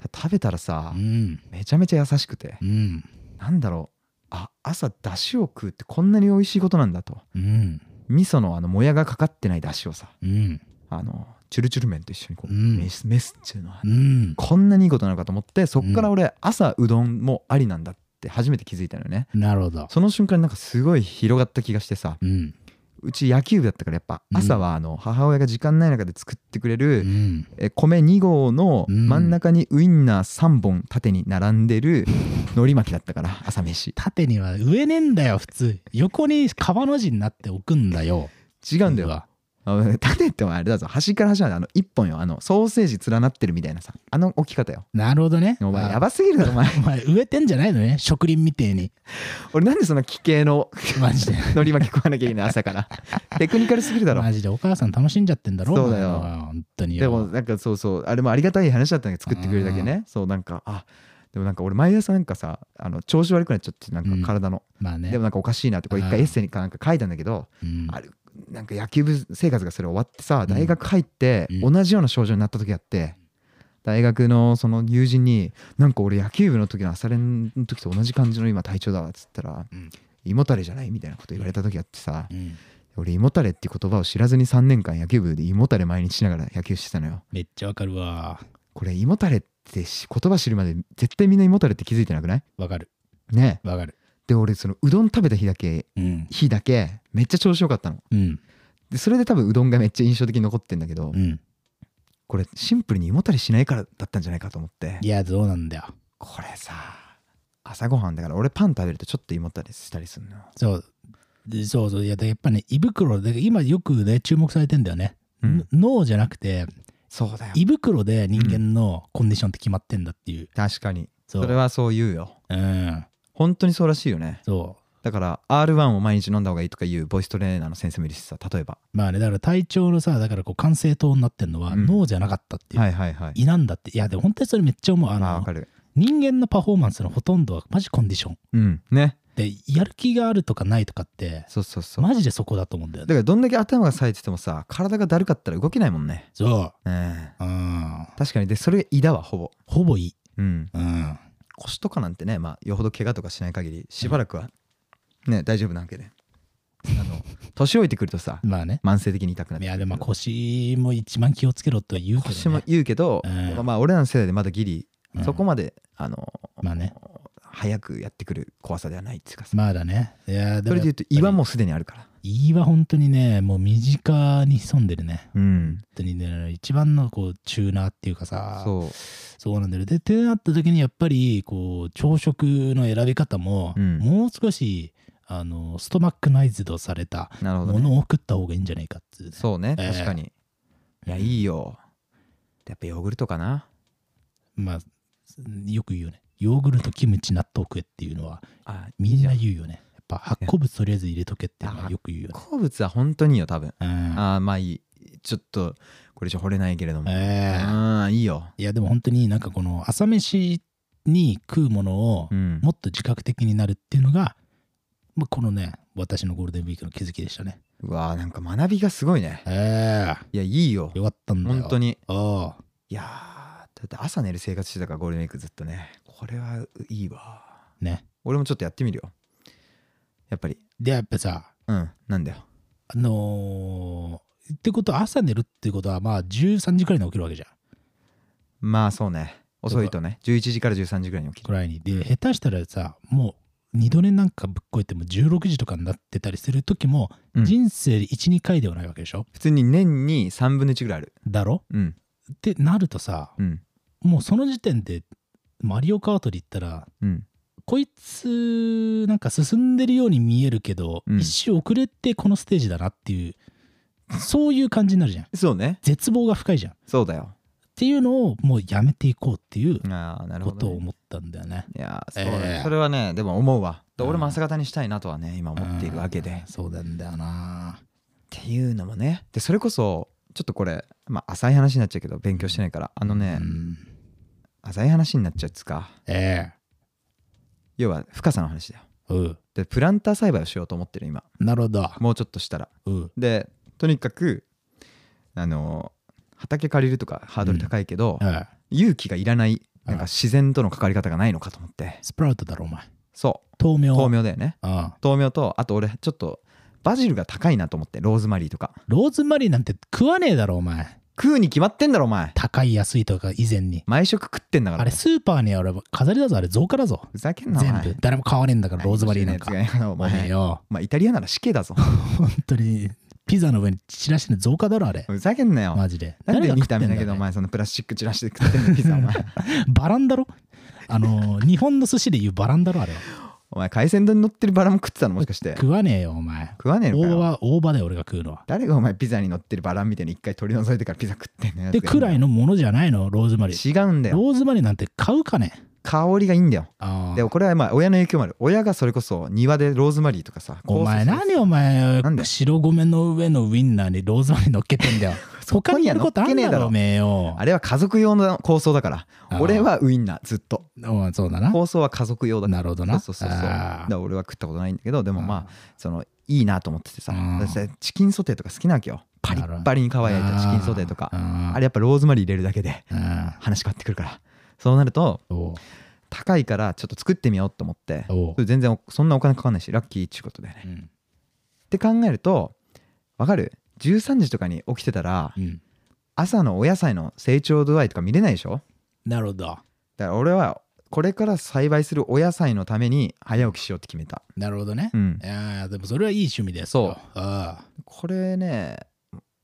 ただ食べたらさーうん。めちゃめちゃ優しくてうん。なんだろうあ朝だしを食うってこんなに美味しいことなんだとうん。味噌のあのもやがかかってないだしをさうん。あのチュルチュル麺と一緒にこうう、んメスメスっていうのはうん。こんなにいいことなのかと思ってそっから俺朝うどんもありなんだって初めて気づいたのよねなるほど。その瞬間になんかすごい広がった気がしてさうん。うち野球部だったからやっぱうん朝はあの母親が時間ない中で作ってくれる、うん。え米2合のうん真ん中にウインナー3本縦に並ん [laughs] でる海苔巻きだったから朝飯縦には植えねえんだよ、普通。横に川の字になっておくんだよ。違うんだよわあ縦ってもあれだぞ端から端まであの1本よあのソーセージ連なってるみたいなさあの置き方よなるほどね。お前あやばすぎるだろお前お前植えてんじゃないのね植林みてえに [laughs] 俺なんでそんな奇形の [laughs] マジで海苔巻き食わなきゃいいの朝 [laughs] からテクニカルすぎるだろマジでお母さん楽しんじゃってんだろそうだよお前は本当によでもなんかそうそうあれもありがたい話だったんだけど作ってくれるだけねそうなんかあでもなんか俺毎朝なんかさあの調子悪くなっちゃってなんうんか体の、まあねでもなんかおかしいなってこれ一うん回エッセイにかなんか書いたんだけど、うんあれなんか野球部生活がそれ終わってさ大学入ってうん同じような症状になった時あって大学のその友人に「なんか俺野球部の時の朝練の時と同じ感じの今体調だわ」っつったらうん「胃もたれじゃない?」みたいなこと言われた時あってさうん俺胃もたれって言葉を知らずに3年間野球部で胃もたれ毎日しながら野球してたのよ。めっちゃわかるわこれ胃もたれってし言葉知るまで絶対みんな胃もたれって気づいてなくないわかるねえわかるで俺そのうどん食べた日だけうん日だけめっちゃ調子良かったのうんでそれで多分うどんがめっちゃ印象的に残ってんだけどうんこれシンプルに胃もたれしないからだったんじゃないかと思っていやどうなんだよこれさ朝ごはんだから俺パン食べるとちょっと胃もたれしたりするのよそうでそうそういやでやっぱね胃袋で今よくね注目されてんだよね、うん脳じゃなくてそうだよ胃袋で人間のコンディションって決まってんだっていう、確かにそうそれはそう言うようん本当にそうらしいよねそうだから R1 を毎日飲んだ方がいいとかいうボイストレーナーの先生もいるしさ例えばまあねだから体調のさだからこう完成糖になってんのはうん脳じゃなかったっていう、はいはいはい胃なんだっていやでも本当にそれめっちゃ思うああのわかる人間のパフォーマンスのほとんどはマジコンディションうんねでやる気があるとかないとかってそうそうそうマジでそこだと思うんだよだねからどんだけ頭が冴えててもさ体がだるかったら動けないもんねそうんううん確かにでそれ胃だわほぼほぼいいうんうん腰とかなんてねまあよほど怪我とかしない限りしばらくはね大丈夫なわけであの [laughs] 年老いてくるとさまあね慢性的に痛くなっいてくやるでもまあ腰も一番気をつけろとは言うけど、ね、腰も言うけど、うんまあ俺らの世代でまだギリ、うんそこまであのまあね早くやってくる怖さではないっていうかさ、まあだねいやでそもれで言うと胃はうもうすでにあるから胃は本当にねもう身近に潜んでるねうん本当にね一番のこうチューナーっていうかさそそうなんだよ。で、ってなった時にやっぱりこう朝食の選び方も、うんもう少しあのストマックナイズドされたうなるほどもねのを食った方がいいんじゃないかっていう、ね。そうねええ確かに、いやいいよやっぱヨーグルトかなまあよく言うよね。ヨーグルト、キムチ、納豆食えっていうのはあみんなじゃ言うよね。やっぱ発酵物とりあえず入れとけっていうのはよく言うよんね。好物は本当にいいよ多分うん、ああまあいいちょっとこれじゃ惚れないけれどもええああいいよいやでも本当になんかこの朝飯に食うものをうんもっと自覚的になるっていうのが、まあ、このね私のゴールデンウィークの気づきでしたね。うわーなんか学びがすごいねええいやいいよよかったんだよ。本当に。にああ。いやーだって朝寝る生活してたからゴールデンウィークずっとねこれはいいわね。俺もちょっとやってみるよやっぱりで、やっぱさ、うんなんだよあのーってことは朝寝るってことはまあ13時くらいに起きるわけじゃんまあそうね遅いとね11時から13時ぐらいに起きくるらいにで下手したらさもう二度寝なんかぶっこいても16時とかになってたりする時もうん人生12、回ではないわけでしょ普通に年に3分の1ぐらいあるだろうんってなるとさうんもうその時点でマリオカートで言ったらうんこいつなんか進んでるように見えるけど、うん一周遅れてこのステージだなっていうそういう感じになるじゃんそうね絶望が深いじゃんっそうだよていうのをもうやめていこうっていうああなるこほとどをね、思ったんだよねいやーそうだねえーそれはねでも思うわでうん俺も朝方にしたいなとはね今思っているわけでっうんそうなんだよなていうのもねでそれこそちょっとこれ、まあ、浅い話になっちゃうけど勉強してないからあのね、うん浅い話になっちゃうっつうかえ要は深さの話だよえうんでプランター栽培をしようと思ってる今なるほどもうちょっとしたらうんでとにかくあの畑借りるとかハードル高いけど、ええ勇気がいらないなんあか自然との関わり方がないのかと思ってスプラウトだろお前そ豆う苗豆苗だよねうん豆苗とあと俺ちょっとバジルが高いなと思ってローズマリーとかローズマリーなんて食わねえだろお前食うに決まってんだろお前高い安いとか以前に毎食食ってんだからあれスーパーにあれば飾りだぞあれ造花だぞふざけんなお全前部誰も買わねえんだからローズマリーなんか何もしてねえやつがおお前前よまあイタリアなら死刑だ [laughs] ぞ本当にピザの上に散らしてる造花だろあれふざけんなよマジでなんで見た目だ誰けがどお食っ前そのプラスチック散らして食ってんのピザ [laughs] お前てんだよバランだろあのー日本の寿司でいうバランだ [laughs] ろあれはお前海鮮丼に乗ってるバラも食ってたのもしかして食わねえよお前食わねえのか大葉よは大葉だよ俺が食うのは誰がお前ピザに乗ってるバラみたいに一回取り除いてからピザ食ってんのよでくらいのものじゃないのローズマリー違うんだロよーズマリーなんて買うかね香りがいいんだよあであもこれはまあ親の影響もある親がそれこそ庭でローズマリーとかさお前香草何お前なんで白米の上のウインナーにローズマリー乗っけてんだよ [laughs] そ他こににやはる乗こっとあけんねえだだろろおめえよあれは家族用の構想だからあー俺はウインナーずっとうんそうだな構想は家族用だからなるほどなそうそうそうそうだあかーら俺は食ったことないんだけどでもまああそのいいなと思っててさうん私チキンソテーとか好きなわけよパリッパリに乾いたチキンソテーとかああれやっぱローズマリー入れるだけであ話変わってくるからそうなるとおう高いからちょっと作ってみようと思っておうそれ全然そんなお金かかんないしラッキーっちゅうことだよねうんって考えるとわかる13時とかに起きてたらうん朝のお野菜の成長度合いとか見れないでしょなるほどだから俺はこれから栽培するお野菜のために早起きしようって決めたなるほどねうんいやーでもそれはいい趣味ですよあこれね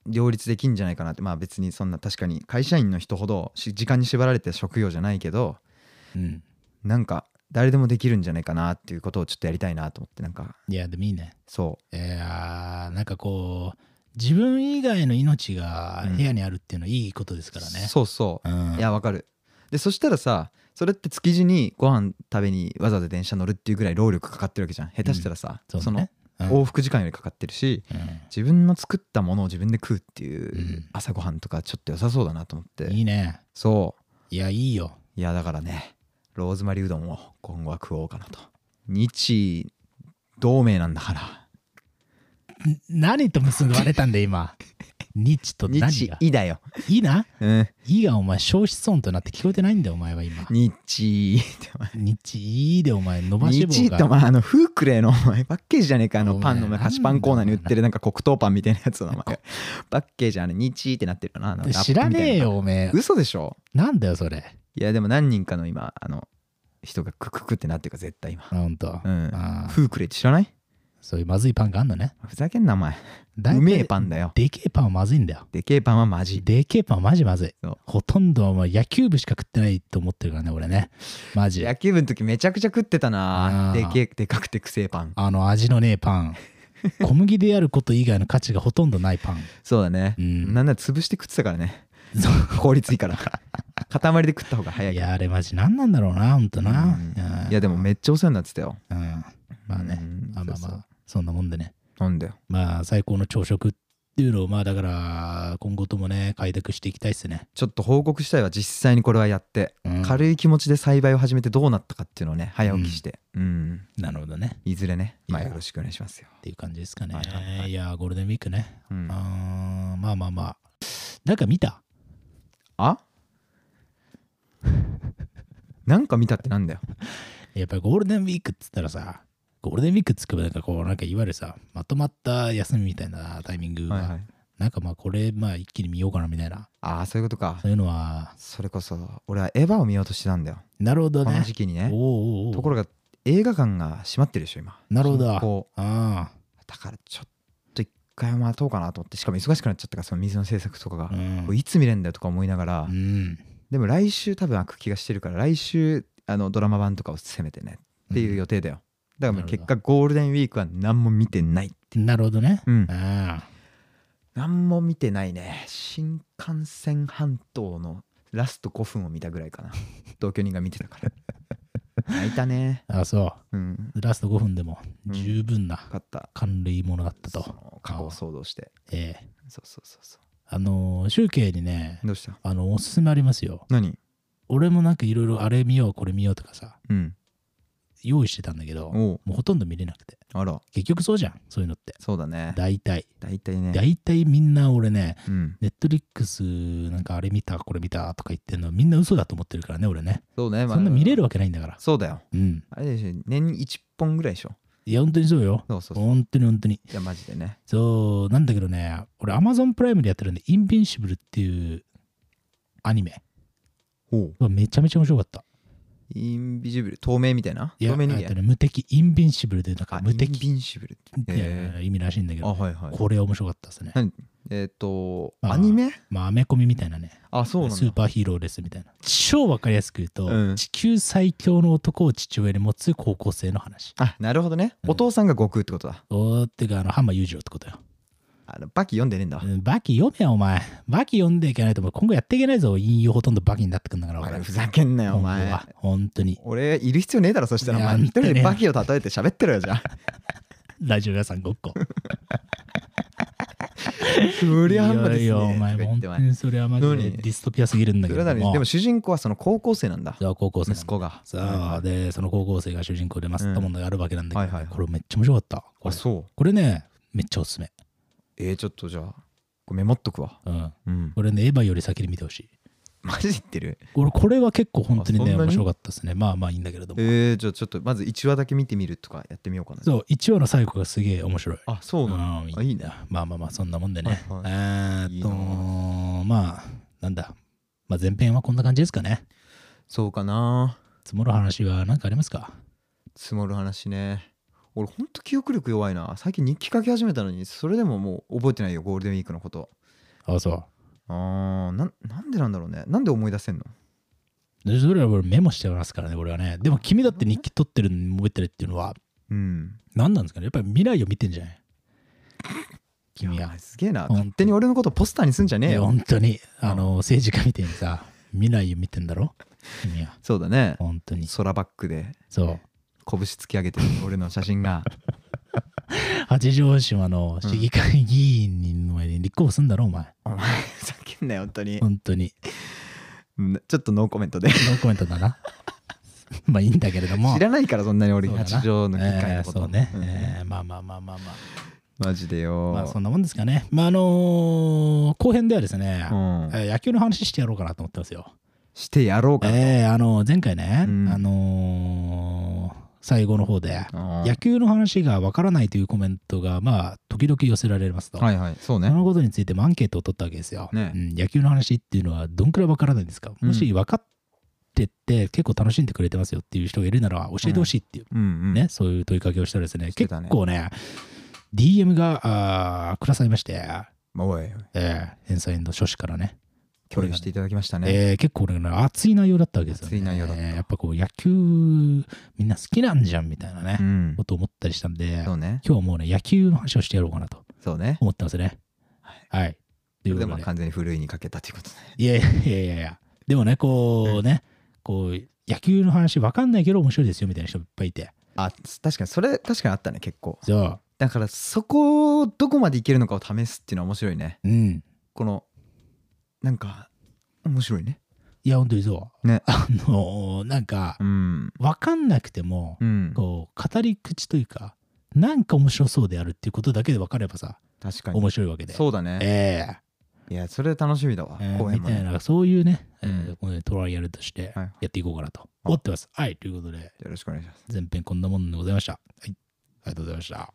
両立できんじゃないかなってまあ別にそんな確かに会社員の人ほどし時間に縛られて職業じゃないけどあうんなんか誰でもできるんじゃないかなっていうことをちょっとやりたいなと思ってなんかいやでもいいねそいやーなんかこう自分以外の命が部屋にあるっていうのはいいことですうからねそうそうう、んいやわかるでそしたらさそれって築地にご飯食べにわざわざ電車乗るっていうぐらい労力かかってるわけじゃん下手したらさ、そうそだねうんの往復時間よりかかってるし自分の作ったものを自分で食うっていううん朝ごはんとかちょっと良さそうだなと思って、うんいいねそういやいいよいやだからねローズマリーうどんを今後は食おうかなと日同盟なんだから何と結ばれたんで [laughs] 今日と何日がいだよ、いいなうん、いいがお前消失音となって聞こえてないんだよお前は今日ってお前日いいでお前伸ばし日棒っておが前あのフークレーのお前パッケージじゃねえかあのお前パンのお前菓子パンコーナーに売ってるなんか黒糖パンみたいなやつのお前 [laughs] パッケージあの日ってなってるよななんか知らねえラップみよおめたえいな嘘でしょなんだよそれいやでも何人かの今あの人がクククってなってるから絶対今あほんとうんあーフークレーって知らないそういうまずいパンがあんのねふざけんなお前大体うめえパンだよでけえパンはまずいんだよでけえパンはマジでけえパンはマジまずいそうほとんどお前野球部しか食ってないと思ってるからね俺ねマジ野球部の時めちゃくちゃ食ってたなあでーけえでかくてくせえパンあの味のねえ [laughs] パン小麦でやること以外の価値がほとんどないパンそうだね、うんなんなら潰して食ってたからね [laughs] そう効率 [laughs] いいから塊で食った方が早いいからやあれマジ何なんだろうなほんとな、うんいやでもめっちゃお世話になってたようんまあね、うんまあまあそまうそうあそんなもんでねなんだよまあ最高の朝食っていうのをまあだから今後ともね開拓していきたいっすね、ちょっと報告したいわ実際にこれはやって、うん軽い気持ちで栽培を始めてどうなったかっていうのをね早起きしてうん、なるほどねいずれねまあいやよろしくお願いしますよっていう感じですかね、はいいはいはいやーゴールデンウィークね、うんあーまあまあまあなんか見たあ [laughs] なんか見たってなんだよやっぱりゴールデンウィークっつったらさゴールデンウィークつくばなんかこう、なんかいわゆるさ、まとまった休みみたいなタイミングが、はいはい、なんかまあこれ、まあ一気に見ようかなみたいな、ああそういうことかそういうのは、それこそ俺はエヴァを見ようとしてたんだよなるほどこのね。時期におうねおうおうところが映画館が閉まってるでしょ今なるほど進行あだからちょっと一回待とうかなと思ってしかも忙しくなっちゃったからその水の制作とかがあ、う、んこれ。いつ見れるんだよとか思いながら、うんでも来週多分開く気がしてるから来週あのドラマ版とかをせめてねっていう予定だよ、だからもう結果ゴールデンウィークは何も見てないなるほどね。うんああ何も見てないね新幹線半島のラスト5分を見たぐらいかな同居人が見て [laughs] たから泣いたねああ、そうんう。ラスト5分でもうん十分なよかった感類ものだったそと。の過去を想像してええそうそうそうそあのー、集計にねう、どうしたあの、おすすめありますよ。何俺もなんかいろいろあれ見よう、これ見ようとかさ、うん用意してたんだけど、もおううほとんど見れなくて。あら結局そうじゃん、そういうのって。そうだね大体。大体ね大体みんな俺ね、うんネットリックスなんかあれ見た、これ見たとか言ってんのみんな嘘だと思ってるからね、俺ね。そうねまあそんな見れるわけないんだから。そうだようん。あれでしょ年に1本ぐらいでしょいや、本当にそうよ。そうそうそう本当に本当に。いやマジでねそう、なんだけどね、俺 Amazon プライムでやってるんで、インビンシブルっていうアニメ。おうめちゃめちゃ面白かった。インビジブル透明みたいないや、透明人えっと間ね無敵、インビンシブルでなんあか無イン敵ビンシブルみたいへな意味らしいんだけあど、はいはいこれ面白かったですね。えっ、と、まあアニメまあ、アメコミみたいなね、あ、そうなんだ。スーパーヒーローですみたいな。超わかりやすく言うと、うん地球最強の男を父親に持つ高校生の話。あ、なるほどね。うんお父さんが悟空ってことだ。おーってか、あの、浜裕次郎ってことよ。あのバキ読んでねえんだ。うんバキ読めよ、お前。バキ読んでいけないと、もう今後やっていけないぞ。引用ほとんどバキになってくんだから、お俺いふざけんなよ、お前。今後は本当に。俺、いる必要ねえだろ、そしたら。いおや前、一人本当でにバキを例えて喋ってろよ、じゃ [laughs] あ。ラジオ屋さんごっ [laughs] こ。そりゃあんまですいね。やいやとおか前、言っ本てお当前にそれはマジで何ディストピアすぎるんだそけれどは何も。でも主人公はその高校生なんだ。そう高校生なんだ息子が。そう、で、その高校生が主人公でマスったものがあるわけなんだけど、うんはいはいはいこれめっちゃ面白かった。こあ、れそう。これね、めっちゃおすすめ。えー、ちょっとじゃあ、これメモっとくわ。うん。うん。これね、エヴァより先に見てほしい。マジで言ってる俺、これは結構本当にあそね、んなに面白かったですね。まあまあいいんだけれども。えー、じゃあちょっとまず1話だけ見てみるとかやってみようかな。そう、1話の最後がすげえ面白い。あ、そうなんだ。うんあいいね。まあまあまあ、そんなもんでね。はいえーっといまあ、なんだ。まあ、前編はこんな感じですかね。そうかな。積もる話は何かありますか積もる話ね俺ほんと記憶力弱いな最近日記書き始めたのにそれでももう覚えてないよゴールデンウィークのことああ、そう。あーなんなんでなんだろうねなんで思い出せんのでそれは俺メモしてますからね、俺はね。でも君だって日記取ってるのに覚えてるっていうのは、うん何なんですかねやっぱり未来を見てんじゃない君はや。すげえなほんと勝手に俺のことポスターにすんじゃねえね、よ本当に、あの、政治家みたいにさ、未来を見てんだろ君は。そうだね本当に。空バックでそう。拳突き上げてる俺の写 [laughs] 真が八丈島の市議会議員の前に立候補すんだろ、お前。お前ふざけんなよ本当に本当に。うんちょっとノーコメントでノーコメントだな。 [laughs] まあいいんだけれども。知らないからそんなに俺そうだな八条の機会のことえーそうね。うんえーまあまあまあまあまあ。マジでまあよそんなもんですかね。まああのー後編ではですね、うんえー野球の話してやろうかなと思ってますよ。してやろうかえーあの前回ね、うんあのー最後の方で、あー野球の話がわからないというコメントが、まあ、時々寄せられますと。はいはいそうそねのことについてもアンケートを取ったわけですよ。ねうん野球の話っていうのはどんくらいわからないんですか、うんもし分かってて結構楽しんでくれてますよっていう人がいるなら教えてほしいっていう、うんうんね、そういう問いかけをしたらですね、て結たね構ね、DM があーくださいまして、まあおいおいえー、返済の書士からね、共有していただきましたねえー結構俺ね、熱い内容だったわけですよね。熱い内容だったえーやっぱこう、野球、みんな好きなんじゃんみたいなね、うんこ、と思ったりしたんで、そうね。今日はもうね、野球の話をしてやろうかなとそうね。思ってますね。はい。といそこうれでとまあで。完全にふるいにかけたということね。いやいやいやいやいや。でもね、こうね、こう、野球の話わかんないけど面白いですよみたいな人いっぱいいて。あ、確かにそれ確かにあったね、結構。そう。だからそこをどこまでいけるのかを試すっていうのは面白いね。うん。この、なんか、面白いね。いや、本当にそう。ねあのーなんかう、ん。わかんなくてもう、ん。こう、語り口というか、なんか面白そうであるっていうことだけで分かればさ、確かに。面白いわけで。そうだね。えいや、それ楽しみだわえ。ええ公演みもたいね。な、そういうね、えうーんこのねトライアルとしてはいやっていこうかなと思ってます。はい、ということで、よろしくお願いします。前編こんなもんでございました。はいりがとうございました。